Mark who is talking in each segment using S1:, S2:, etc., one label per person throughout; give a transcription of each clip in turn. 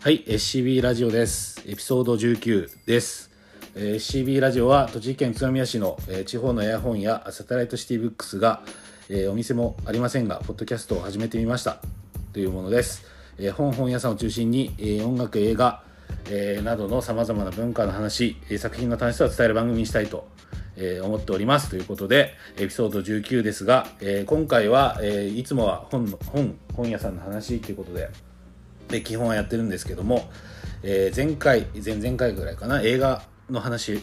S1: はい、SCB ラジオです。エピソード19です。えー SCB ラジオは栃木県宇都宮市の、えー地方のエアホンやサテライトシティブックスが、えーお店もありませんが、ポッドキャストを始めてみましたというものです。えー本本屋さんを中心に、えー音楽、映画、えーなどのさまざまな文化の話、えー作品の楽しさを伝える番組にしたいと、えー思っておりますということで、エピソード19ですが、えー今回は、えーいつもは本の本本屋さんの話ということで、で基本はやってるんですけども、えー前回前々回ぐらいかな映画の話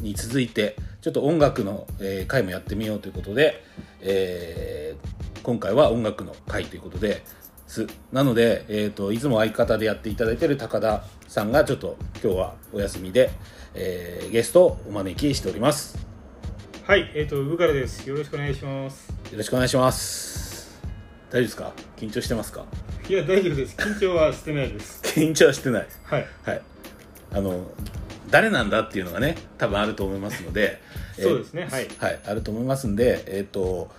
S1: に続いてちょっと音楽の、えー回もやってみようということで、えー今回は音楽の回ということですなので、えー、といつも相方でやっていただいてる高田さんがちょっと今日はお休みで、えーゲストをお招きしております
S2: はい、えっ、と、ウからです。よろしくお願いします。
S1: よろしくお願いします大丈夫ですか緊張してますか
S2: いや、大丈夫です。緊張はしてないです。
S1: 緊張はしてない
S2: はい。
S1: はい、あの誰なんだっていうのがね多分あると思いますのでえー
S2: そうですね。はい。
S1: はい、あると思いますんで、えーと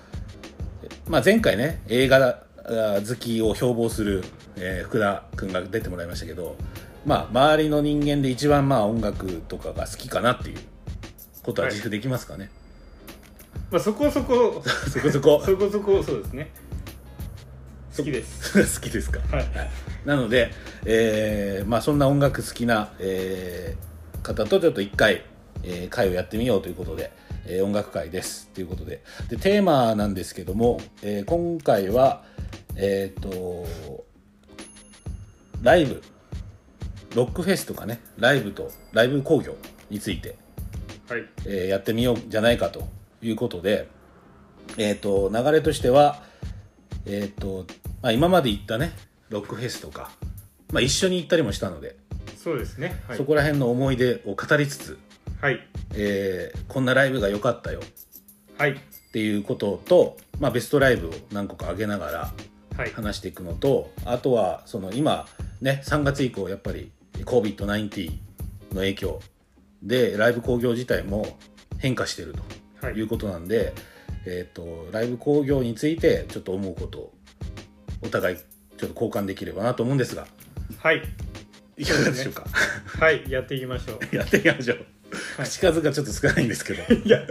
S1: まあ、前回ね映画あ好きを標榜する、えー福田君が出てもらいましたけど、まあ、周りの人間で一番まあ音楽とかが好きかなっていうことは自負できますかね、
S2: まあ、そこそこ、
S1: そこそこ
S2: そこそこ、そうですね。好きです。
S1: 好きですか
S2: はい。
S1: なので、えーまあ、そんな音楽好きな、えー方とちょっと一回、えー会をやってみようということで、えー音楽会ですということででテーマなんですけども、えー今回はえっ、とライブロックフェスとかねライブとライブ興行について
S2: はい。
S1: えーやってみようじゃないかということで、えー、と流れとしては、えーとまあ、今まで行ったねロックフェスとか、まあ、一緒に行ったりもしたので、
S2: そうですね。はい
S1: そ。こら辺の思い出を語りつつ、
S2: はい。
S1: えーこんなライブが良かったよ
S2: はい。
S1: っていうことと、まあ、ベストライブを何個か上げながら
S2: はい。
S1: 話していくのとあとはその今ね3月以降やっぱり COVID-19 の影響でライブ興行自体も変化してると。
S2: はいい。
S1: うことなんで、えー、とライブ興行についてちょっと思うことをお互いちょっと交換できればなと思うんですが
S2: はい。
S1: いかがでしょうか
S2: はい。やっていきましょう。
S1: やってみましょう、
S2: はい
S1: 口数がちょっと少ないんですけど
S2: いや、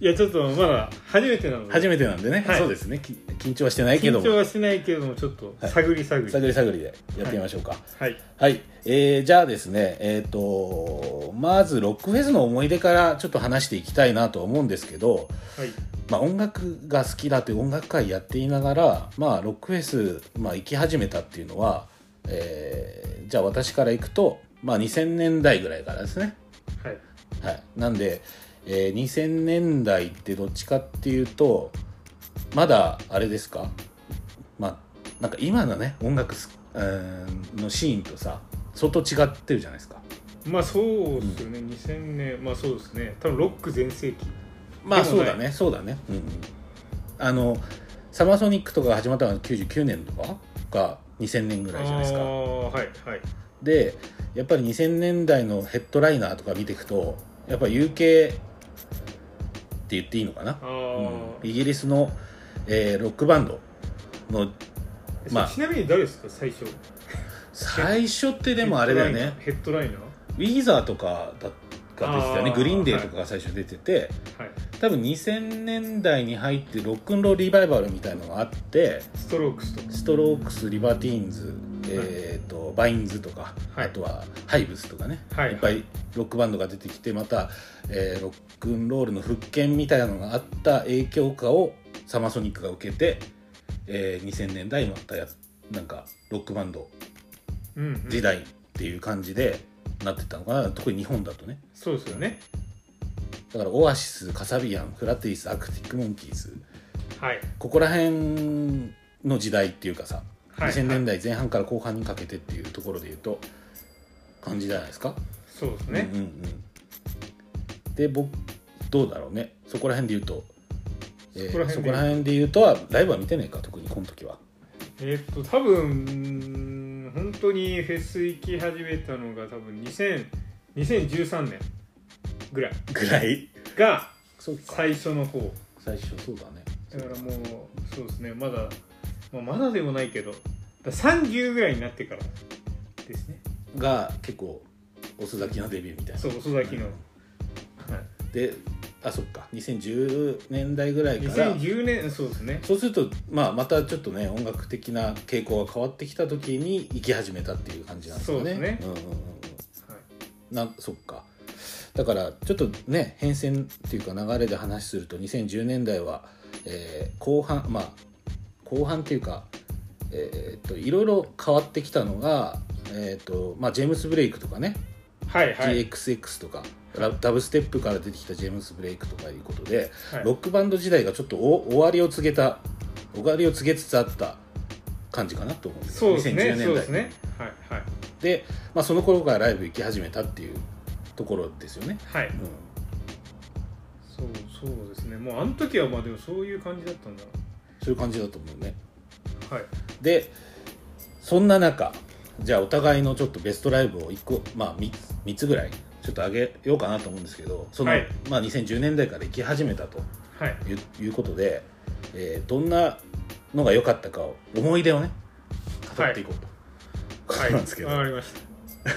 S2: いや、ちょっとまだ初めてなので。
S1: 初めてなんでね、
S2: はい
S1: そうですねき緊張はしてないけど
S2: 緊張
S1: も
S2: はしないけれども、ちょっと
S1: はい
S2: 探り探り。
S1: 探り探りでやってみましょうかはい、
S2: はい。
S1: えーじゃあですねえっ、とまずロックフェスの思い出からちょっと話していきたいなと思うんですけど、
S2: はい。
S1: まあ、音楽が好きだという音楽会やっていながら、まあ、ロックフェス、まあ、行き始めたっていうのは、えーじゃあ私から行くと、まあ、2000年代ぐらいからですね、
S2: はい。
S1: はい、なんで、えー2000年代ってどっちかっていうとまだあれですかまあなんか今のね音楽すうーんのシーンとさ相当違ってるじゃないですか。
S2: まあそうですよね、2000年、まあそうですね、多分ロック全盛期、
S1: まあ
S2: で
S1: そ
S2: も
S1: う
S2: ない
S1: だねそうだね、うんうん、あのサマーソニックとかが始まったのは99年とかが2000年ぐらいじゃないです
S2: あー
S1: か
S2: はいはい
S1: でやっぱり2000年代のヘッドライナーとか見ていくとやっぱ UK って言っていいのかな
S2: あ、
S1: うん
S2: ー
S1: イギリスの、えーロックバンドのまあ
S2: ちなみに誰ですか最初
S1: 最初ってでもあれだよね
S2: ヘッドライナー
S1: ウィザーとかだが出てたよね
S2: あー
S1: グリーンデーとかが最初出てて、
S2: はい
S1: 多分2000年代に入ってロックンロールリバイバルみたいのがあって
S2: ストロークスと
S1: ストロークスリバティーンズ、えー、とバインズとか、
S2: はい
S1: あとはハイブスとかね、
S2: はい
S1: いっぱいロックバンドが出てきてまた、えーロックンロールの復権みたいなのがあった影響下をサマーソニックが受けて、えー2000年代またやなんかロックバンド
S2: うんうん
S1: 時代っていう感じでなってったのかな、特に日本だとね
S2: そうですよね
S1: だからオアシスカサビアンフラティスアクティックモンキーズ
S2: はい
S1: ここら辺の時代っていうかさ
S2: はい
S1: 2000年代前半から後半にかけてっていうところで言うと感じじゃないですか。
S2: そうですね、
S1: うんうんうん、で僕どうだろうねそこら辺で言うと、えー
S2: そこら辺で言うと
S1: そこら辺で言うとはライブは見てないか特にこの時は。
S2: えーっと多分本当にフェス行き始めたのが多分2000 2013年ぐらい
S1: ぐらい
S2: が
S1: そうか
S2: 最初の方
S1: 最初そうだね。
S2: だからもうそうですねまだ、まあ、まだでもないけどだから30ぐらいになってからですね
S1: が結構遅咲きのデビューみたいな
S2: そう遅咲きの、はい
S1: であそっか2010年代ぐらいから
S2: 2010年そうですね
S1: そうすると、まあ、またちょっとね音楽的な傾向が変わってきた時に行き始めたっていう感じなんですよね。
S2: そうですね
S1: んうんうん
S2: はい
S1: うん、なそっかだからちょっとね変遷っていうか流れで話すると2010年代は、えー後半まあ後半っていうか、えーっといろいろ変わってきたのが、えーっとまあ、ジェームス・ブレイクとかね
S2: はいはい、
S1: GXX とかラダブステップから出てきたジェームス・ブレイクとかいうことで、
S2: はい
S1: ロックバンド時代がちょっとお終わりを告げた終わりを告げつつあった感じかなと思うんです
S2: そうです
S1: 2010
S2: ね
S1: 年
S2: そうで
S1: 代
S2: すねはいはい
S1: でまあ、その頃からライブ行き始めたっていうところですよね、
S2: はい
S1: うん、
S2: そうそうですねもうあの時はまあでもそういう感じだったんだ
S1: そういう感じだと思うね
S2: なはい
S1: でそんな中じゃあお互いのちょっとベストライブを1個まあ 3, 三つぐらいちょっと上げようかなと思うんですけどその、
S2: はい
S1: まあ、2010年代から行き始めたと
S2: はい
S1: いういうことで、えーどんなのが良かったかを思い出をね語っていこうと、
S2: はい
S1: なんですけど
S2: わかりまし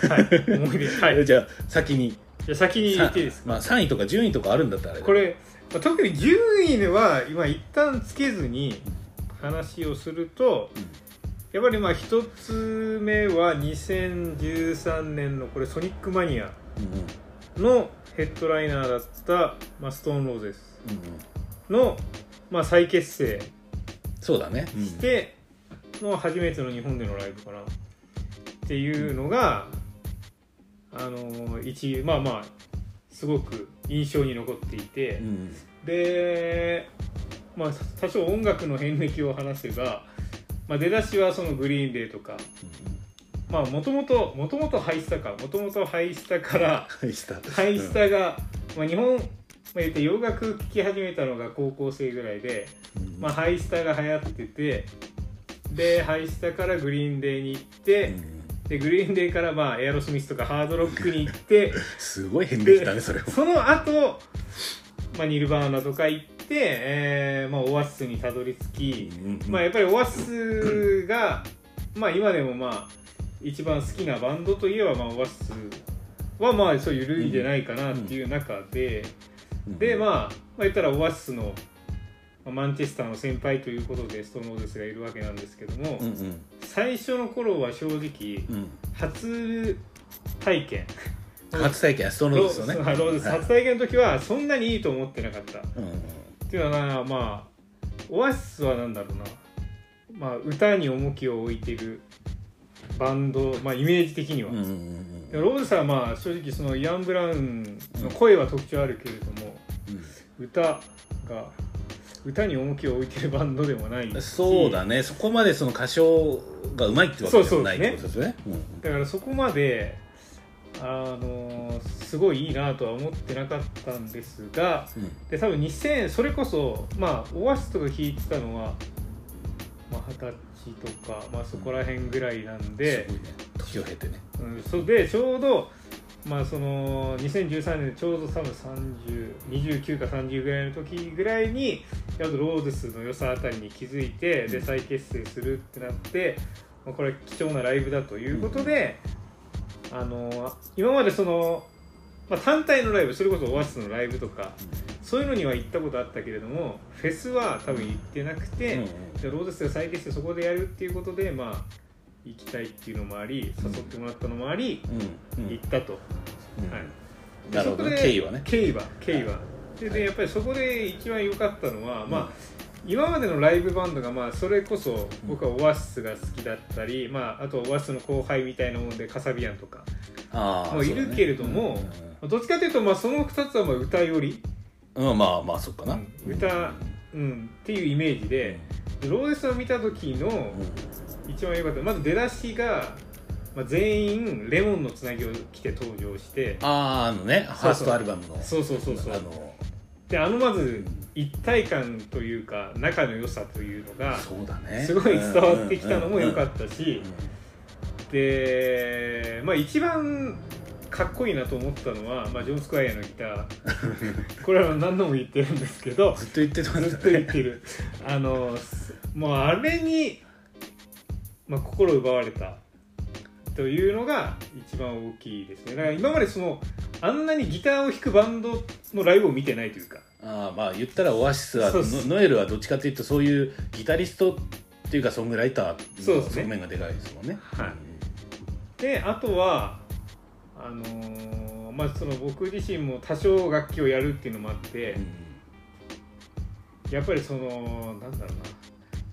S2: たはい思い出はい
S1: じゃあ先に
S2: じゃあ先に言っていいですか
S1: まあ、3位とか順位とかあるんだったらあれだ
S2: これまあ特に10位は今一旦つけずに話をすると、
S1: うん
S2: やっぱりまあ一つ目は2013年のこれソニックマニア
S1: うんうんうん
S2: のヘッドライナーだった、まあ、ストーンローゼスの、まあ、再結成
S1: そうだね、うん
S2: しての初めての日本でのライブかなっていうのが、あの一まあまあすごく印象に残っていて。
S1: うん
S2: で、まあ、多少音楽の遍歴を話せば、まあ、出だしはそのグリーンデーとかまあもともともともとハイスタかもともとハイスタから
S1: うん、した
S2: ハイスタが、まあ、日本、まあ、言って洋楽聴き始めたのが高校生ぐらいで、
S1: うん
S2: まあ、ハイスタが流行っててでハイスタからグリーンデーに行って、
S1: うん
S2: でグリーンデーからまあエアロスミスとかハードロックに 行って
S1: すごい変歴だねそれも
S2: その後、まあニルバーナとか行って、えーまあ、オアシスにたどり着き、まあ、やっぱりオアシスが、まあ、今でもまあ一番好きなバンドといえば、まあ、オアシスはまあそういう類じゃないかなっていう中で、で、
S1: あ、
S2: まあ、まあ言ったらオアシスの、まあマンチェスターの先輩ということでストーンローゼスがいるわけなんですけども、
S1: うんうん
S2: 最初の頃は正直
S1: うん、
S2: 初体験
S1: 初体験ストーンロー
S2: ロ
S1: ズですよね
S2: はいローゼ ス
S1: はい
S2: 初体験の時はそんなにいいと思ってなかったっ
S1: うんうん
S2: ていうのはまあオアシスは何だろうな、まあ、歌に重きを置いてるバンド、まあ、イメージ的には、
S1: うんうん
S2: でもローゼスはまあ正直そのイアン・ブラウンの声は特徴あるけれども、歌が歌に重きを置いてるバンドでもない
S1: うん
S2: し
S1: そうだねそこまでその歌唱がうまいってわけでもないってことですねうん
S2: だからそこまであのすごいいいなとは思ってなかったんですが
S1: うん、
S2: で多分2000それこそまあオアシスとか聞いてたのはまあ二十、歳とか、まあ、そこら辺ぐらいなんです
S1: ごいね時を経てね
S2: うん、そうでちょうど、まあ、その2013年でちょうど多分3029か30ぐらいの時ぐらいにやっとローゼスの良さあたりに気づいてで
S1: うん
S2: 再結成するってなって、まあ、これは貴重なライブだということで、あの今までその、まあ、単体のライブそれこそオアシスのライブとかそういうのには行ったことあったけれどもフェスは多分行ってなくて、
S1: うんうん
S2: でローゼスが再結成そこでやるっていうことでまあ行きたいっていうのもあり
S1: う
S2: 誘
S1: ん
S2: ってもらったのもあり、
S1: うんうん
S2: 行ったと、
S1: うん
S2: はいで
S1: なるほどね
S2: そこで
S1: 経緯はね
S2: 経緯は経緯は、で
S1: はい
S2: でやっぱりそこで一番良かったのは、
S1: うん
S2: まあ今までのライブバンドがまあそれこそ僕はオアシスが好きだったり、まあ、あとオアシスの後輩みたいなもんでカサビアンとか
S1: ああ
S2: もういるけれども
S1: そうだね
S2: どっちかというとまあその2つはまあ歌より、
S1: うんうんうんまあまあそっかな
S2: うん歌うん、っていうイメージで、でローゼスを見た時の、
S1: うんうん
S2: 一番良かったまず出だしが、まあ、全員レモンのつなぎを着て登場して
S1: あああのねファ
S2: そ
S1: ース
S2: うそう
S1: トアルバムの
S2: そうそうそうそう
S1: あの
S2: であのまず一体感というか仲の良さというのが
S1: そうだね
S2: すごい伝わってきたのも良か
S1: た
S2: ったしで、まあ、一番かっこいいなと思ったのは、まあ、ジョン・スクワイアのギター これは何度も言ってるんですけど
S1: ずっと言ってたんだ
S2: ずっと言ってるあのすもうあれに、まあ、心奪われたというのが一番大きいですねだから今までそのあんなにギターを弾くバンドのライブを見てないというか
S1: ああまあ言ったらオアシスは
S2: そうっす
S1: ノノエルはどっちかというとそういうギタリストっていうかソングライター
S2: そう
S1: の
S2: っすね
S1: 側面がでかいですもんね。
S2: はいであとはあのーまあその僕自身も多少楽器をやるっていうのもあって、やっぱりそのなんだろ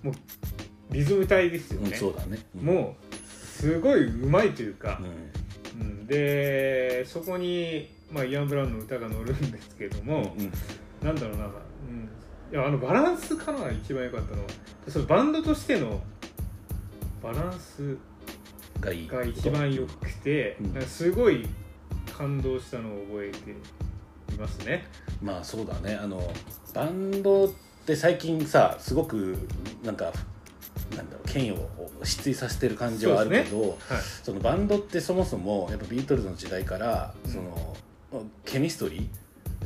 S2: うなもうリズム体ですよ
S1: うん、うん
S2: ね、
S1: そうだね。うん
S2: もうすごいうまいというか
S1: うん、
S2: うんでそこに、まあ、イアン・ブラウンの歌が乗るんですけども、
S1: うん
S2: なんだろうな、うん、いやあのバランスかな一番良かったのはそのバンドとしてのバランス
S1: がいい
S2: が一番良くて、
S1: うん
S2: なんかすごい感動したのを覚えていますね。
S1: まあそうだねあのバンドって最近さすごくなんかなんだろう権威を失墜させてる感じはあるけどそ,、
S2: はい
S1: のバンドってそもそもやっぱビートルズの時代から、
S2: うん
S1: そのケミストリー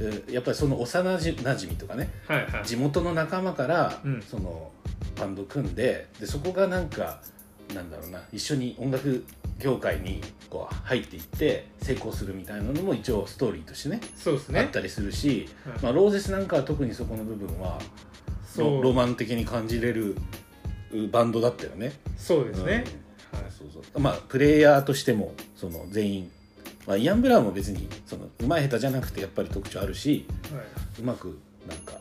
S1: えーやっぱりその幼なじ馴染みとかね
S2: はいはい
S1: 地元の仲間から、
S2: うん
S1: そのバンド組んででそこがなんかなんだろうな一緒に音楽業界にこう入っていって成功するみたいなのも一応ストーリーとしてね
S2: そうです
S1: あっ
S2: ね。
S1: たりするし、
S2: はい
S1: まあ、ローゼスなんかは特にそこの部分は
S2: そ
S1: ロロ
S2: う
S1: マン的に感じれるうバンドだったよね。
S2: そうですね。
S1: うん
S2: はい
S1: そうそうまあプレイヤーとしてもその全員、まあ、イアン・ブラウンも別にその上手い下手じゃなくてやっぱり特徴あるし
S2: はいう
S1: まくなんか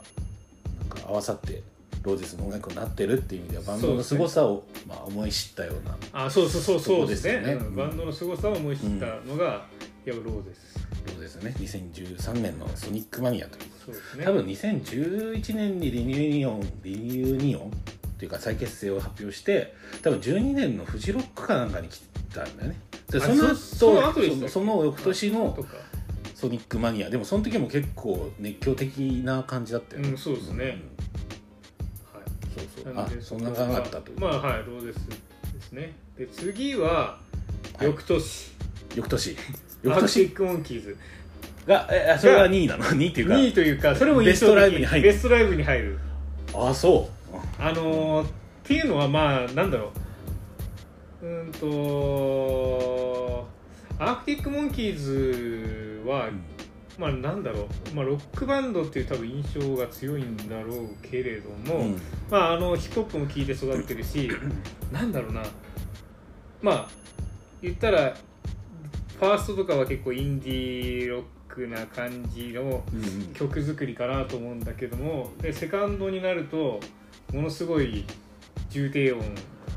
S1: なんか合わさってローゼスの音楽になってるっていう意味ではバンドの凄さを、まあ、思い知ったような
S2: あそうそうそうそうですね
S1: そこですよね
S2: うんバンドの凄さを思い知ったのが、やっぱローです
S1: ローゼスね2013年の「ソニック・マニア」という
S2: そうですね
S1: 多分2011年にリニューニオンリニューニオンっていうか再結成を発表して多分12年のフジロックかなんかに来たんだよねで
S2: あ
S1: その後
S2: そその後でしたっけ
S1: そその翌年
S2: と
S1: の
S2: か
S1: 「ソニックマニア」でもその時も結構熱狂的な感じだったよね、
S2: うんそうですね
S1: うんそうそう
S2: は
S1: あ
S2: い
S1: そんな感じだったという、
S2: まあはいローですですねで次は
S1: はい
S2: 翌年、
S1: 翌年
S2: ア
S1: 翌
S2: ークティ
S1: 年
S2: ックモンキーズ
S1: がえあそれが2位なの2 位っていうか
S2: 2位というかそれも
S1: ベストライブに入る
S2: ベストライブに入る
S1: あそう
S2: あのー、っていうのはまあなんだろううーんとアークティックモンキーズは
S1: うん
S2: まあなんだろう、まあ、ロックバンドっていう多分印象が強いんだろうけれども、
S1: うん
S2: まああのヒップホップも聴いて育って るしなんだろうなまあ言ったらファーストとかは結構インディーロックな感じの
S1: うんうん
S2: 曲作りかなと思うんだけどもでセカンドになるとものすごい重低音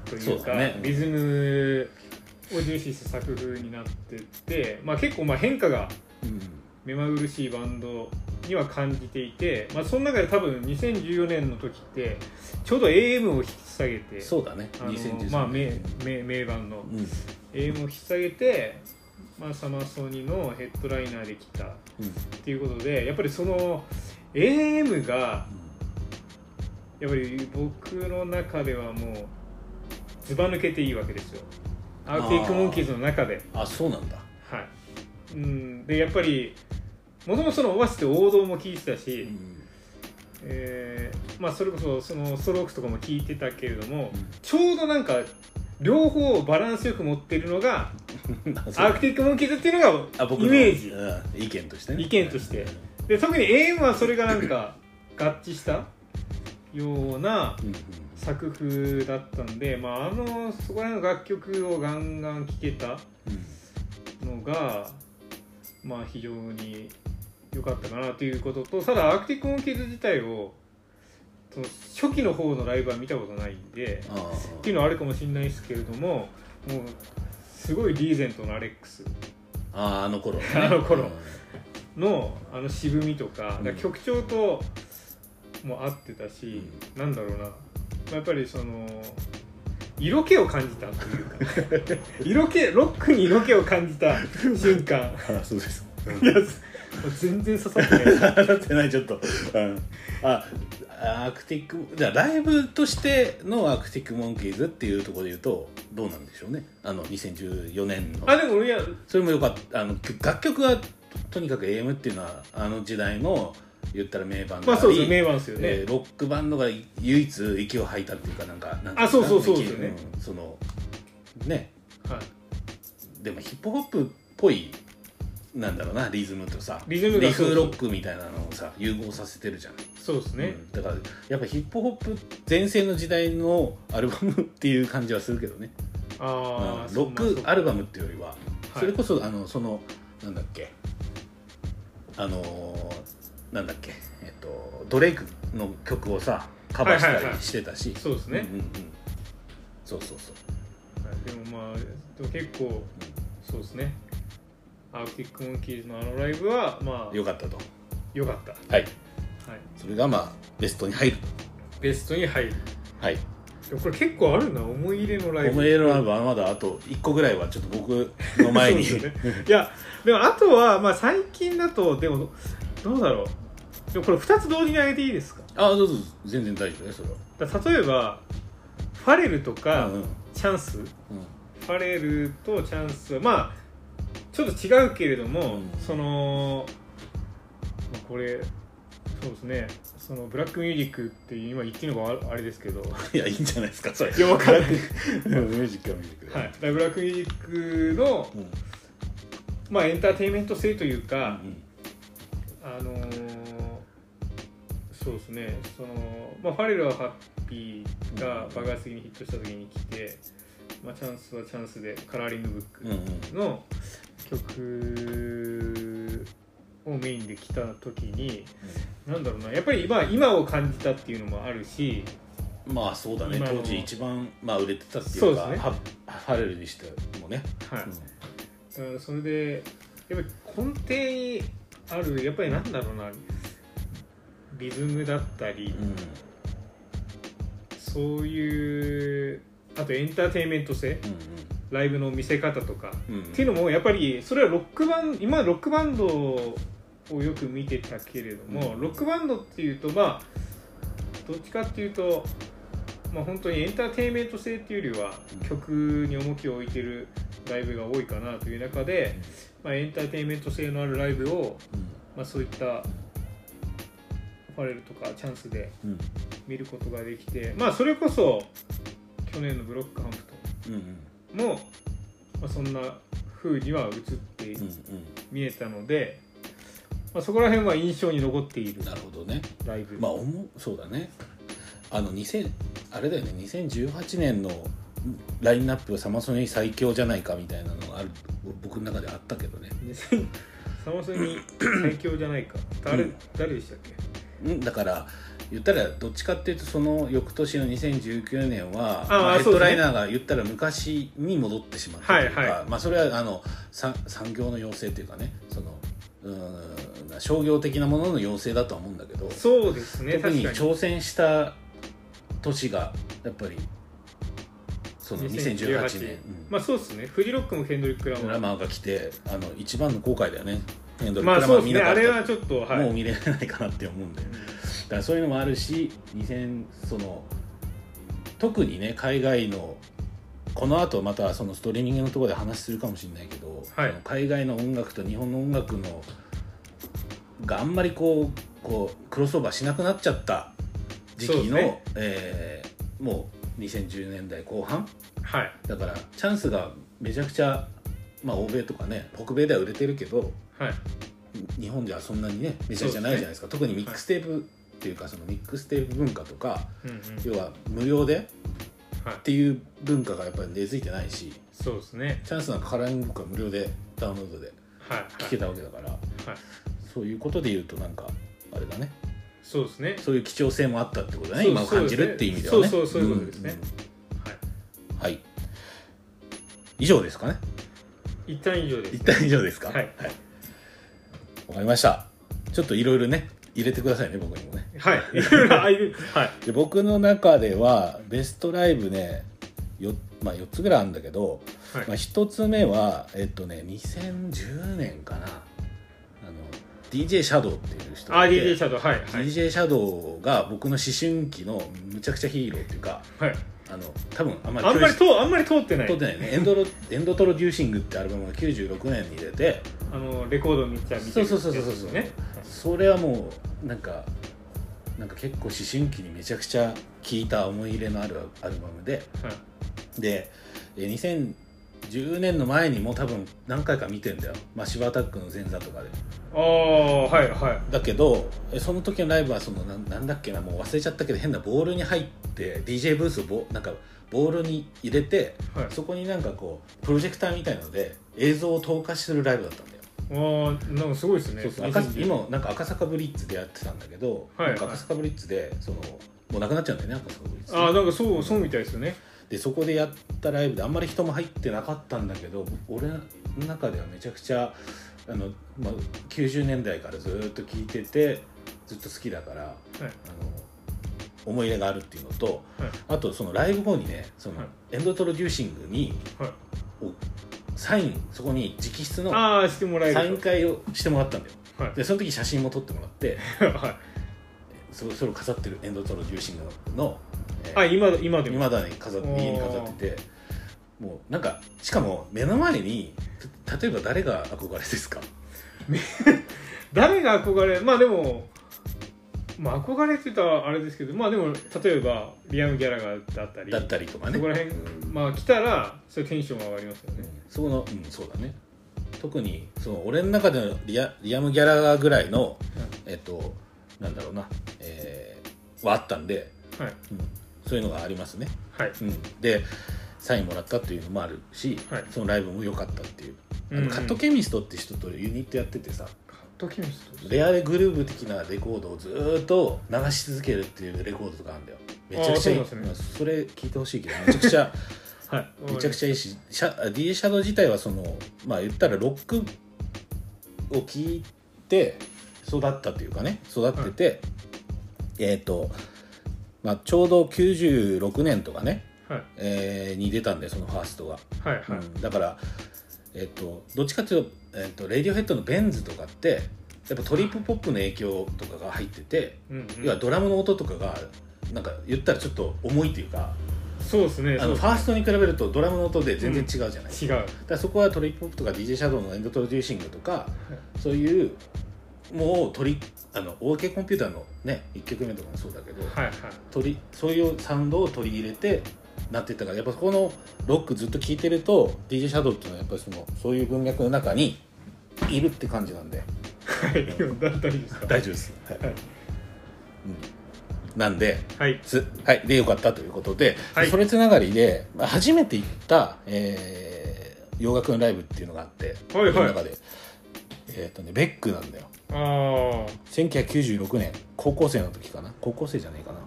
S2: とい
S1: そうう
S2: か
S1: だね
S2: リズムを重視した作風になってって、まあ、結構まあ変化が
S1: うん
S2: 目まぐるしいバンドには感じていて、まあ、その中で多分2014年の時ってちょうど AM を引き下げて
S1: そうだね
S2: あの
S1: 2013
S2: まあ、名名名盤の
S1: うん
S2: AM を引き下げて、まあ、サマソニのヘッドライナーで来たっ
S1: うん
S2: ていうことでやっぱりその AM がやっぱり僕の中ではもうずば抜けていいわけですよアークティック・モンキーズの中で。
S1: あそうなんだ
S2: はいうん、でやっぱりもともとそのオアシスって王道も聞いてたし、えーまあ、それこそそのストロークスとかも聞いてたけれども、ちょうどなんか両方をバランスよく持ってるのが アークティック・モンキーズっていうの
S1: あ
S2: が
S1: 僕
S2: イ
S1: の
S2: メージ
S1: うん意見としてね
S2: 意見としてで特に AM はそれがなんか合致したような
S1: うんうん
S2: 作風だったんで、まあ、あのそこら辺の楽曲をガンガン聴けた
S1: うん
S2: のが、まあ、非常に良かったかなということとただアークティック・モンキーズ自体をその初期の方のライブは見たことないんで
S1: ああ
S2: っていうのはあるかもしれないですけれどももうすごいリーゼントのアレックス
S1: ああの頃ね
S2: あの頃
S1: うん
S2: のあの渋みとか
S1: うん
S2: だから曲調とも合ってたし、なんだろうなまあやっぱりその色気を感じたというか色気ロックに色気を感じた瞬間
S1: あそうです
S2: いや全然刺さってない
S1: だってないちょっとうんあアークティックじゃあライブとしてのアークティックモンキーズっていうところで言うとどうなんでしょうねあの2014年の
S2: あでも俺や
S1: それもよかったあの曲楽曲はととにかく AM っていうのはあの時代の言ったら名盤
S2: まあそうですよ
S1: ね
S2: 名盤ですよね、
S1: えーロックバンドが唯一息を吐いたっていうかなんかなんか
S2: あそうそ
S1: なん
S2: う
S1: か
S2: そうですよね
S1: うんそのね
S2: はい
S1: でもヒップホップっぽいなんだろうなリズムとさ
S2: リズムがそう
S1: フロックみたいなのをさ融合させてるじゃん、
S2: そうですね、
S1: うんだからやっぱヒップホップ全盛の時代のアルバムっていう感じはするけどね
S2: ああ、
S1: うんロックアルバムっていうよりは、
S2: い
S1: それこそあのそのなんだっけあのーなんだっけえっとドレイクの曲をさカバー
S2: はい
S1: し
S2: はい
S1: た
S2: はい
S1: りしてたし、
S2: そうですね、
S1: うんうんうん、そうそうそう
S2: はいでもまあでも結構そうですねアークティック・モンキーズのあのライブはまあ
S1: よかったと
S2: よかった、
S1: はい
S2: はい、
S1: それがまあベストに入る
S2: ベストに入る
S1: はい
S2: でもこれ結構あるな思い入れのライブ
S1: 思い入れのアルバムはまだあと1個ぐらいはちょっと僕の前に
S2: そうですよねいやでもあとはまあ最近だとでもどうだろうでもこれ2つ同時に上げていいですか
S1: ああどうぞ全然大丈夫ですそれは
S2: だから例えばファレルとか、
S1: うんうん
S2: チャンスフ
S1: うん
S2: ァレルとチャンスはまあちょっと違うけれども、
S1: うん
S2: そのまあこれそうですねそのブラックミュージックっていう今言っていいのかああれですけどはい
S1: やいいんじゃないですかそれ
S2: いやわかんない
S1: ブラックミュージックはミュージックで
S2: いだからブラックミュージックの、
S1: うん
S2: まあ、エンターテインメント性というか、
S1: うん
S2: あのーそうですねその、まあ、ファレルはハッピーが爆発的にヒットした時に来て、まあ、チャンスはチャンスでカラーリングブック
S1: うんうん
S2: の曲をメインで来た時に、なんだろうなやっぱり今今を感じたっていうのもあるし
S1: まあそうだね
S2: 今
S1: 当
S2: の
S1: 時一番、まあ、売れてたってい
S2: そう
S1: う
S2: で
S1: か
S2: すね
S1: ハハレルにしてもね、
S2: はい、
S1: うん
S2: だからそれでやっぱり根底にあるやっぱりなんだろうなリズムだったり、そういうあとエンターテインメント性ライブの見せ方とか、
S1: うんうんうん
S2: っていうのもやっぱりそれはロックバンド今ロックバンドをよく見てたけれども、
S1: うん
S2: ロックバンドっていうとまあどっちかっていうと、まあ、本当にエンターテインメント性っていうよりは
S1: うん
S2: 曲に重きを置いてるライブが多いかなという中で、まあ、エンターテインメント性のあるライブを、まあ、そういったファレルとかチャンスで
S1: うん
S2: 見ることができてまあそれこそ去年のブロックハンプ
S1: うんうん
S2: トンも、まあ、そんな風には映っている
S1: うん
S2: 見えたので、まあ、そこら辺は印象に残っている
S1: うんなるほどね
S2: ライブ、
S1: まあ思うそうだねあの2000あれだよね2018年のラインナップがサマソニー最強じゃないかみたいなのがある僕の中であったけどね
S2: 2000サ マソニー最強じゃないか誰,、
S1: うん
S2: 誰でしたっけ
S1: うんだから言ったらどっちかっていうとその翌年の2019年は
S2: ああ
S1: まあヘッ
S2: そうで
S1: ド
S2: すね
S1: ライナーが言ったら昔に戻ってしまったというか、
S2: はいは
S1: まあ、それはあのさ産業の要請というかねそのうーん商業的なものの要請だとは思うんだけど
S2: そうですね
S1: 特
S2: 確
S1: に
S2: かに
S1: 挑戦した年がやっぱりその2018年、
S2: まあそうですねフジロックもケンドリック・ラ
S1: うん、ラ
S2: マー
S1: マーが来てあの一番の後悔だよねヘンドリッ
S2: ま
S1: ク
S2: あ
S1: ラ
S2: そ
S1: マ
S2: う
S1: ー
S2: です
S1: 見
S2: ね
S1: なか
S2: あ
S1: った
S2: れ
S1: ら、
S2: はちょっとはい
S1: もう見れないかなって思うんで。だからそういうのもあるし2000その特にね海外のこの後またそのストリーミングのところで話するかもしれないけど、
S2: はい
S1: その海外の音楽と日本の音楽のがあんまりこうこうクロスオーバーしなくなっちゃった時期
S2: そう
S1: の、
S2: ですね
S1: えーもう2010年代後半
S2: はい
S1: だからチャンスがめちゃくちゃ、まあ、欧米とかね北米では売れてるけど
S2: はい
S1: 日本ではそんなにねメジャーじゃないじゃないですか特にミックステープっていうかそのミックステープ文化とか
S2: うんうん
S1: 要は無料で
S2: はい
S1: っていう文化がやっぱり根付いてないし
S2: そうですね
S1: チャンスなんかカラーリングとか無料でダウンロードで
S2: はいはい
S1: 聴けたわけだから
S2: はい
S1: そういうことで言うとなんかあれだね
S2: そうですね
S1: そういう貴重性もあったってことだね
S2: そう
S1: 今を感じるっていう意味ではね
S2: そうですねそうそうそういうことですねはい
S1: うんはい以上ですかね
S2: 一旦以上です
S1: 一旦以上ですか
S2: はい
S1: わかりましたちょっといろいろね入れてくださいね僕にもね
S2: はいいろいろああいうはい
S1: で僕の中ではベストライブねよ、まあ、4つぐらいあるんだけど、
S2: はい
S1: まあ、1つ目はえっとね2010年かなあの DJ シャドウっていう人
S2: あ
S1: がい
S2: DJ
S1: て
S2: シャドウはいはい
S1: DJ シャドウが僕の思春期のむちゃくちゃヒーローっていうか
S2: はい
S1: あの多分あんまり
S2: あんまり
S1: 通
S2: 通あんまり通ってない
S1: ってないよねエンドロ「エンドトロデューシング」ってアルバムが96年に出て
S2: あのレコード見ちゃ見てる
S1: そうそうそうそうそう
S2: やつね
S1: それはもうなんかなんか結構思春期にめちゃくちゃ聴いた思い入れのあるアルバムで。
S2: はい
S1: でえー10年の前にも多分何回か見てんだよ、まあ、シバアタックの前座とかで
S2: ああはいは
S1: だけどえその時のライブはそのなんなんだっけなもう忘れちゃったけど変なボールに入って DJ ブースをボなんかボールに入れて
S2: いはい
S1: そこになんかこうプロジェクターみたいので映像を投下するライブだったんだよ
S2: ああなんかすごいですね
S1: そうそう赤
S2: 2010
S1: 今なんか赤坂ブリッジでやってたんだけど、
S2: はい
S1: なんか赤坂ブリッジでそのもうなくなっちゃうんだよね赤坂ブリッジ
S2: ああなんかそうそうみたいですよね
S1: でそこでやったライブであんまり人も入ってなかったんだけど俺の中ではめちゃくちゃあの、まあ、90年代からずーっと聞いててずっと好きだから、あの思い入れがあるっていうのと、
S2: はい
S1: あとそのライブ後にねその、
S2: はい
S1: エンドプロデューシングに
S2: はい
S1: おサインそこに直筆の
S2: ああしてもらえ
S1: サイン
S2: る
S1: 会をしてもらったんだよ
S2: とはい
S1: でその時写真も撮ってもらって
S2: は
S1: そそれを飾ってるエンドプロデューシングの、えー
S2: いあ今今でも
S1: 今だに飾って
S2: おー
S1: 家に飾っててもうなんかしかも目の前にた例えば誰が憧れですか
S2: 誰が憧れまあでもまあ憧れって言ったらあれですけどまあでも例えばリアム・ギャラガーだったり
S1: だったりとかね
S2: そこら辺まあ来たらそれテンションが上がりますよね
S1: そこのうんそうだね特にその俺の中でのリアリアム・ギャラガーぐらいの、えっとなんだろうな、えーはあったんで、
S2: はい
S1: うんそういうのがありますね、
S2: はい
S1: うん、でサインもらったっていうのもあるし、
S2: はい
S1: そのライブも良かったっていうあ
S2: うんう
S1: の
S2: ん
S1: カットケミストって人とユニットやっててさ、
S2: カットキミスト
S1: レアでグルーヴ的なレコードをずーっと流し続けるっていうレコードとかあるんだよめちゃくちゃいい
S2: あーそうなんで
S1: それ聞いてほしいけどめちゃくち ゃ
S2: はい
S1: めちゃくちゃいいしシャ D シャドウ自体はそのまあ言ったらロックを聞いて育ったというかね育ってて、えっ、と、まあ、ちょうど96年とかね、
S2: はい
S1: えーに出たんでそのファーストが、
S2: はいはい
S1: だから、えっと、どっちかというと、えっと、レディオヘッドのベンズとかってやっぱトリップポップの影響とかが入ってて、
S2: うんうん
S1: 要はドラムの音とかがなんか言ったらちょっと重いというか、
S2: そうですね
S1: あ
S2: そう
S1: の
S2: っ
S1: フ
S2: す
S1: ァーストに比べるとドラムの音で全然違うじゃない、
S2: 違う
S1: だからそこはトリップポップとか DJ シャドウのエンドプロデューシングとかそういうもうトリあの OK コンピューターのね1曲目とかもそうだけど、
S2: はいはい
S1: 取りそういうサウンドを取り入れてなっていったからやっぱそこのロックずっと聴いてると DJ シャドウっていうのはやっぱりそのそういう文脈の中にいるって感じなんで
S2: はいだったりですか
S1: 大丈夫です、はい
S2: はい
S1: うん、なんで
S2: はい
S1: すはいでよかったということで、
S2: はい
S1: それつながりでまあ初めて行った、えー洋楽のライブっていうのがあって、
S2: はいはい
S1: その中でえっ、とねベックなんだよ
S2: ああ
S1: 1996年高校生の時かな高校生じゃないかな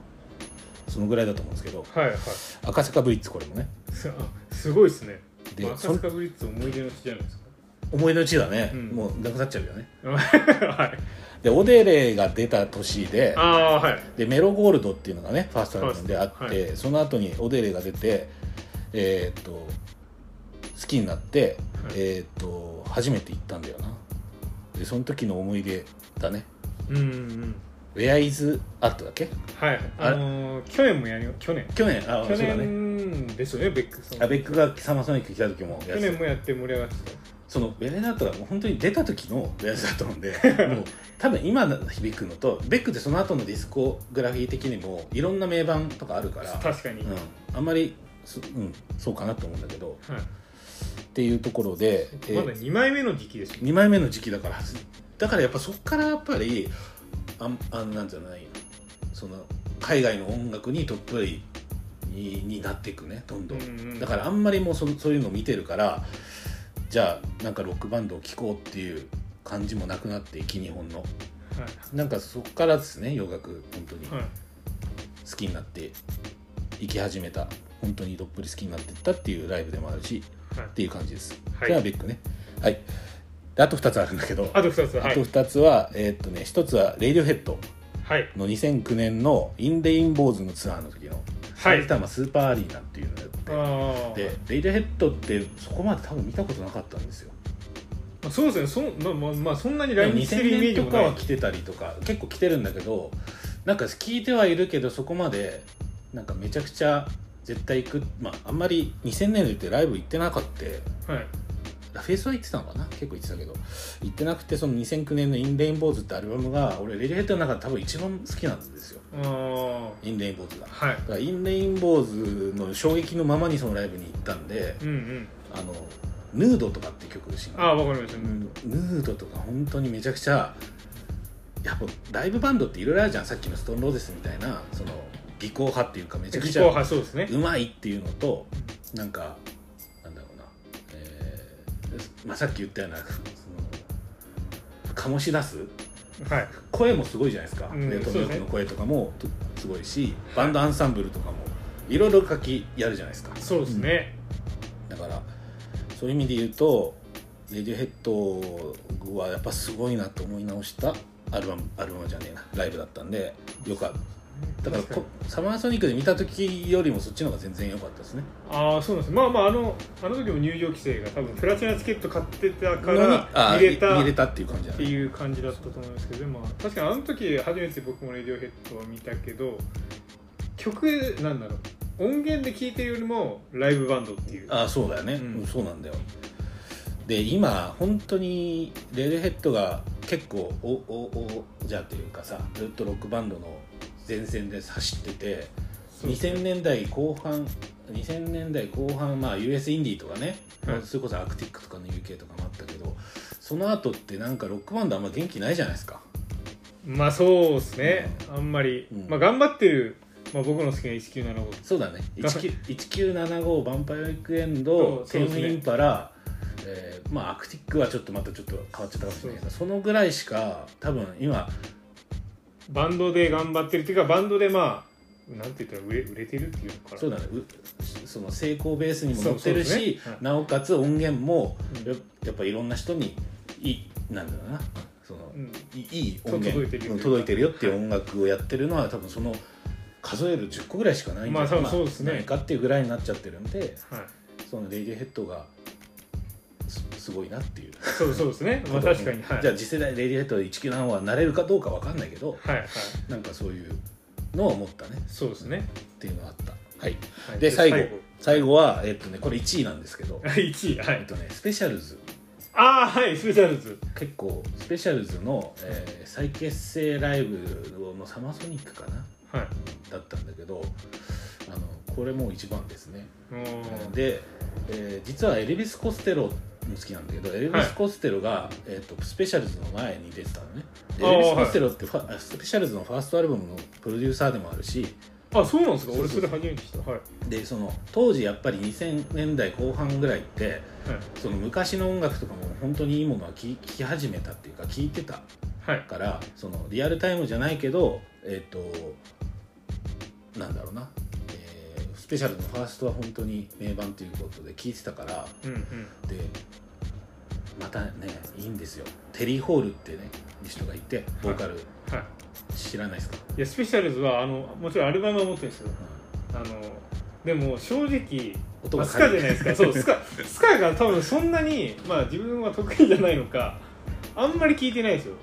S1: そのぐらいだと思うんですけど
S2: はいはい
S1: 赤坂ブリッツこれもね
S2: すあすごいですね
S1: で
S2: 赤
S1: その
S2: 坂ブリッツ思い出の地じゃないですか
S1: 思いのうちだね、
S2: うん
S1: もうなくなっちゃうよね
S2: はい
S1: でオデレが出た年で
S2: ああはい
S1: でメロゴールドっていうのがねファーストアルバムであって、
S2: ファースト
S1: その後にオデレが出てえーっと好きになって、
S2: はい
S1: えーっと初めて行ったんだよなでその時の思い出だね
S2: うんうん
S1: 「Where is Art」だっけ
S2: はいあのー去年もやり去年
S1: 去年あ
S2: 去
S1: そうだね
S2: 年ですよねベックさん
S1: アベックがサマーソニック来た時もや
S2: 去
S1: っ
S2: 年
S1: て
S2: もやって盛り上がって
S1: そのベレナートがもう本当に出た時のやつだと思うん でもう多分今響くのとベックってその後のディスコグラフィー的にもいろんな名盤とかあるか
S2: た
S1: ら、
S2: 確かに、はい
S1: うん、あんまりそ,、うん、そうかなと思うんだけどっていうところで、え
S2: まだ2枚目の時期ですよね
S1: 2枚目の時期だからだからやっぱそっからやっぱりあんあんなんじゃないその海外の音楽にとっぷりにになっていくねどんどん。
S2: うんうん
S1: だからあんまりもうそそういうのを見てるからじゃあなんかロックバンドを聴こうっていう感じもなくなっていき日本の
S2: はい
S1: なんかそこからですね洋楽本当に
S2: はい
S1: 好きになっていき始めた本当にどっぷり好きになっていったっていうライブでもあるし
S2: はい
S1: っていう感じです、
S2: はい
S1: じゃあベックねはいであと2つあるんだけど
S2: あと2つは
S1: あ
S2: い
S1: と2つは、えーっとね1つは「レイディオヘッド
S2: はい」
S1: の2009年の「イン・レインボーズ」のツアーの時の
S2: はい
S1: 埼玉スーパーアリーナっていうのをやって
S2: あー
S1: でレイディオヘッドってそこまで多分見たことなかったんですよ
S2: まあ、そうですねそん、まあまあまあ、そんなに
S1: で
S2: 来
S1: も
S2: 日してるイメ
S1: 2000
S2: ージ
S1: 年
S2: も
S1: と
S2: な
S1: か
S2: い
S1: は来てたりとか結構来てるんだけどなんか聞いてはいるけどそこまでなんかめちゃくちゃ絶対行くまああんまり2000年ってライブ行ってなかった
S2: はい
S1: フェイスは行ってたのかな結構行ってたけど行ってなくてその2009年の「イン・レインボーズ」ってアルバムが俺レディオヘッドの中で多分一番好きなんですよ
S2: あー
S1: イン・レインボーズがだ
S2: はい
S1: からイン・レインボーズの衝撃のままにそのライブに行ったんで
S2: うんうん
S1: あのヌードとかって曲知らない
S2: ああ、わかりました、ヌー
S1: ヌードとか本当にめちゃくちゃやっぱライブバンドっていろいろあるじゃんさっきのストーンローゼスみたいなその技巧派っていうかめち
S2: ド。
S1: ゃく
S2: 技
S1: ち
S2: 巧
S1: ゃ
S2: 派、そうですね。
S1: うまいっていうのとなんかなんだろうな、えーまあ、さっき言ったようなその醸し出す
S2: はい。
S1: 声もすごいじゃないですか、
S2: うん
S1: でト
S2: そう
S1: ム・ヨ
S2: です
S1: ー
S2: ね
S1: クの声とかもとすごいしバンドアンサンブルとかもいろいろ書きやるじゃないですか
S2: そうですね。
S1: だからそういう意味で言うと「レディオヘッドはやっぱすごいなと思い直したアルバムアルバムじゃねえなライブだったんでよかっただからこサマーソニックで見た時よりもそっちの方が全然良かったですね
S2: ああそうなんですまあまああのあの時も入場規制が多分プラチナチケット買ってたか
S1: のに
S2: ら
S1: あ
S2: 見れた
S1: 見れ
S2: った
S1: っていう感じだ
S2: て
S1: ね
S2: いう感じだったと思うんですけどでもまあ確かにあの時初めて僕もレディオヘッドを見たけど曲なんだろう音源で聴いてるよりもライブバンドっていう
S1: あそうだよね、
S2: うん
S1: うんそうなんだよで今本当にレディオヘッドが結構おおおじゃあというかさずっとロックバンドの前線で走ってて
S2: そうですね
S1: 2000年代後半2000年代後半、まあ、US インディーとかね、
S2: はい
S1: それこそアクティックとかの UK とかもあったけどその後ってなんかロックバンドあんま元気ないじゃないですか
S2: まあそうですねあんまり、
S1: うん
S2: まあ頑張ってる、まあ、僕の好きな1975
S1: そうだね19 1975ヴァンパイアウィークエン
S2: そ
S1: ド
S2: う
S1: セ
S2: そうですね
S1: ブンインパラ、えーまあアクティックはちょっとまたちょっと変わっちゃったかもしれないけどそのぐらいしか多分今
S2: バンドで頑張ってるっていうかバンドでまあなんて言ったら売れ売れてるっていうのかな
S1: そうだねうその成功ベースにも乗ってる
S2: そうそう
S1: し、
S2: ですねはい
S1: なおかつ音源も
S2: うん
S1: ややっぱいろんな人にいいなんだろうなその、
S2: うん
S1: いい音源
S2: 届いてるよ
S1: うん届いてるよっていう音楽をやってるのは多分その数える10個ぐらいしかないんじゃない
S2: まあ多分そうですね
S1: 何かっていうぐらいになっちゃってるんで
S2: はい
S1: そのレイディオヘッドがすすごいなっていう、
S2: そうそうで すねまあ確かにはい
S1: じゃあ次世代レイディオヘッドで1級何はなれるかどうかわかんないけど
S2: はいはい
S1: なんかそういうのを思ったね
S2: そうですね、
S1: っていうのがあったはい
S2: はい
S1: で最後最後はえっとねこれ1位なんですけど
S2: 1位は
S1: えっ
S2: い
S1: とねスペシャルズ
S2: ああはいスペシャルズ
S1: 結構スペシャルズの、えー再結成ライブのサマーソニックかな
S2: はい
S1: だったんだけどあのこれも一番ですね、
S2: おー
S1: で、えー実はエルビス・コステロも好きなんだけどエルビ
S2: はい
S1: ス・コステロが、えー、とスペシャルズの前に出てたのねで
S2: あ
S1: エ
S2: ー
S1: ルビス・コステロってファ、スペシャルズのファーストアルバムのプロデューサーでもあるし
S2: あそうなんですか
S1: そう
S2: 俺
S1: そ
S2: そうれ初めて知ったはい、
S1: でその当時やっぱり2000年代後半ぐらいってその昔の音楽とかも本当にいいものは聴き始めたっていうか聴いてた
S2: はいはい、
S1: からそのリアルタイムじゃないけどえっ、となんだろうな、えースペシャルのファーストは本当に名盤ということで聞いてたから
S2: うんうん
S1: でまたねいいんですよテリー・ホールってね人がいてボーカル
S2: は
S1: 知らないですか、
S2: い、いやスペシャルズはあのもちろんアルバムは持ってるんですよ
S1: うん
S2: あのでも正直
S1: 音
S2: ま
S1: が
S2: あスカ
S1: 軽
S2: じ
S1: い
S2: ゃないですかそうスカスカが多分そんなにまあ自分は得意じゃないのかあんまり聞いてないですよ、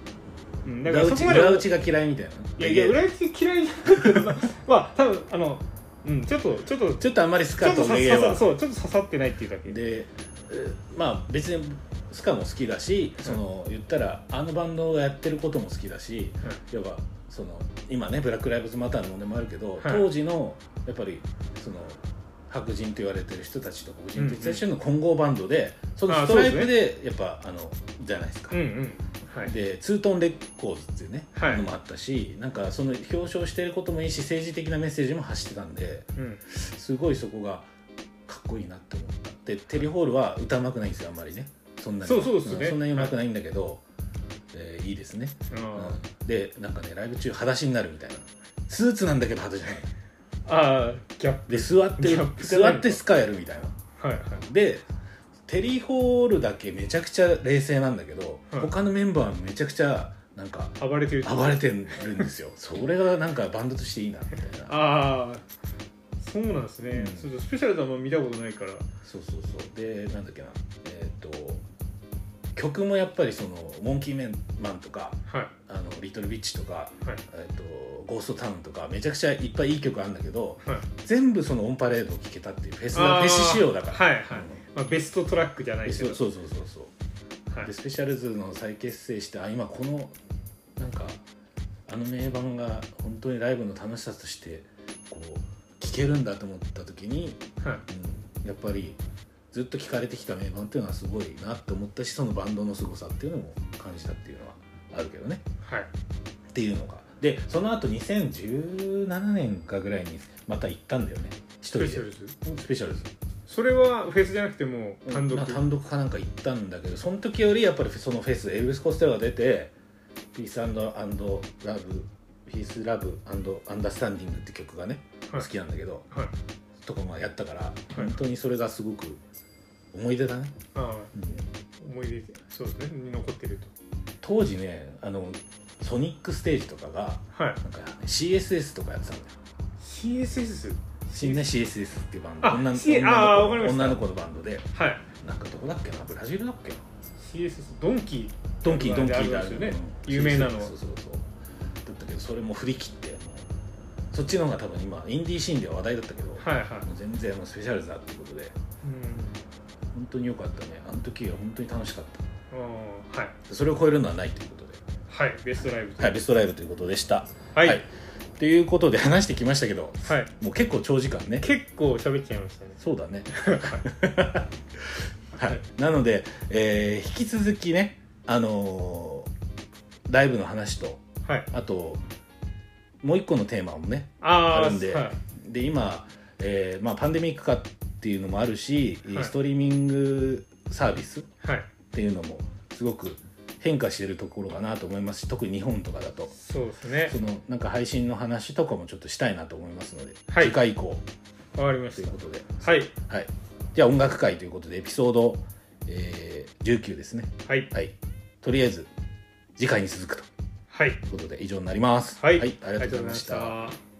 S2: うん、だから
S1: 裏
S2: そ
S1: 打ち
S2: こまで
S1: 裏打ちが嫌いみたいない
S2: やいや裏打ち嫌いじゃなくてまあまあ多分あのうんちょっとちょっと
S1: ちょっとあんまりス
S2: ち
S1: カ
S2: ょっ
S1: と
S2: と
S1: の
S2: 刺
S1: 家
S2: さ
S1: は
S2: そうちょっと刺さってないっていうだけ
S1: でえーまあ別にスカも好きだしその言ったらあのバンドがやってることも好きだしやっぱその今ねブラック・ライブズ・マターの問題もあるけど、当時のやっぱりその白人と言われてる人たちと黒人と言われてる人たちの混合バンドで、そのストライプでやっぱあのじゃないですか。
S2: うんうんはい
S1: でツートンレコーズっていうね、
S2: はい
S1: のもあったしなんかその表彰してることもいいし政治的なメッセージも発してたんで
S2: うん
S1: すごいそこがかっこいいなって思ったでテリーホールは歌うまくないんですよあんまりねそんなに
S2: そうそうですね
S1: んそんなにうまくないんだけど、えーいいですね
S2: あ
S1: うんでなんかねライブ中裸足になるみたいなスーツなんだけど裸足じゃない
S2: ーあーギャッ
S1: で座っ
S2: い
S1: て
S2: や知
S1: 座
S2: らないの
S1: ってスカやるみたいな
S2: プはいはい
S1: でテリー・ホールだけめちゃくちゃ冷静なんだけど、
S2: はい
S1: 他のメンバーめちゃくちゃなんか
S2: 暴れてる
S1: 暴れてるんですよそれがなんかバンドとしていいなみたいな
S2: ああそうなんですね、
S1: うん
S2: ちょっとスペシャルズはあんま見たことないから
S1: そうそうそうでなんだっけなえっ、と曲もやっぱりそのモンキーメンマンとか
S2: はい
S1: あのリトルビッチとか、
S2: はい
S1: えっとゴーストタウンとかめちゃくちゃいっぱいいい曲あるんだけど
S2: はい
S1: 全部そのオンパレードを聴けたっていうフェス
S2: あ
S1: だ
S2: ー
S1: フェス仕様だから、
S2: はいはい、
S1: う
S2: まあ、ベストトラックじゃなんい
S1: で
S2: けど
S1: そうそうそうそうそう
S2: はい
S1: でスペシャルズの再結成してあ今このなんかあの名盤が本当にライブの楽しさとしてこう聴けるんだと思った時に、
S2: は
S1: う
S2: い
S1: んやっぱりずっと聞かれてきた名盤っていうのはすごいなって思ったしそのバンドの凄さっていうのも感じたっていうのはあるけどね
S2: はい
S1: っていうのがでその後2017年かぐらいにまた行ったんだよね一人
S2: スペ
S1: で
S2: シャルズ
S1: スペシャルズ
S2: それはフェスじゃなくてもう単独、
S1: な単独かなんか行ったんだけどその時よりやっぱりそのフェスエルビス・コステロが出て「ピースラブピースラブアンダースタンディング」って曲がね、
S2: はい
S1: 好きなんだけど
S2: はい
S1: とかもやったから本当にそれがすごく思い出だね、
S2: ああ
S1: うん
S2: 思い出そうですねに残ってると
S1: 当時ねあのソニックステージとかが
S2: はい
S1: なんか CSS とかやってたんだよ
S2: CSS
S1: 新ね CSS っていうバンド
S2: あ
S1: 女の
S2: C-
S1: 女の
S2: あー
S1: 子
S2: わかりました
S1: 女の子のバンドで
S2: はい
S1: なんかどこだっけなブラジルだっけな
S2: CSS ドンキ
S1: ドンキードンキー
S2: で
S1: で
S2: あ
S1: あ
S2: る
S1: る
S2: んですよね有名なのは
S1: そうそうそうだったけどそれも振り切ってもうそっちの方が多分今インディーシーンでは話題だったけど、
S2: はいはい、
S1: もう全然もうスペシャルズだってことで
S2: う
S1: 本当に良かったねあの時は本当に楽しかった
S2: ん、あーはい
S1: それを超えるのはないということで、
S2: はいベストライブと
S1: はい、ベストライブということでした
S2: はい、
S1: ということで話してきましたけど
S2: はい
S1: もう結構長時間ね
S2: 結構喋っちゃいましたね
S1: そうだ ねはいなので、えー引き続きねあのーライブの話と
S2: はい
S1: あともう一個のテーマもね
S2: あー
S1: あるんで
S2: はい、
S1: で今、えーまあ、パンデミック化っていうのもあるし、
S2: はい
S1: ストリーミングサービスっ
S2: はい、
S1: ていうのもすごく変化してるところかなと思いますし特に日本とかだと
S2: そうですね
S1: そのなんか配信の話とかもちょっとしたいなと思いますので、
S2: はい
S1: 次回以降
S2: わかりま
S1: と
S2: し
S1: いう
S2: た
S1: ことで、
S2: はい
S1: はい、じゃあ音楽会ということでエピソード、えー19ですね、
S2: はい
S1: はい、とりあえず次回に続くとい
S2: はいう
S1: ことで以上になります。
S2: はい、
S1: ありがとうございました
S2: ありがとうございました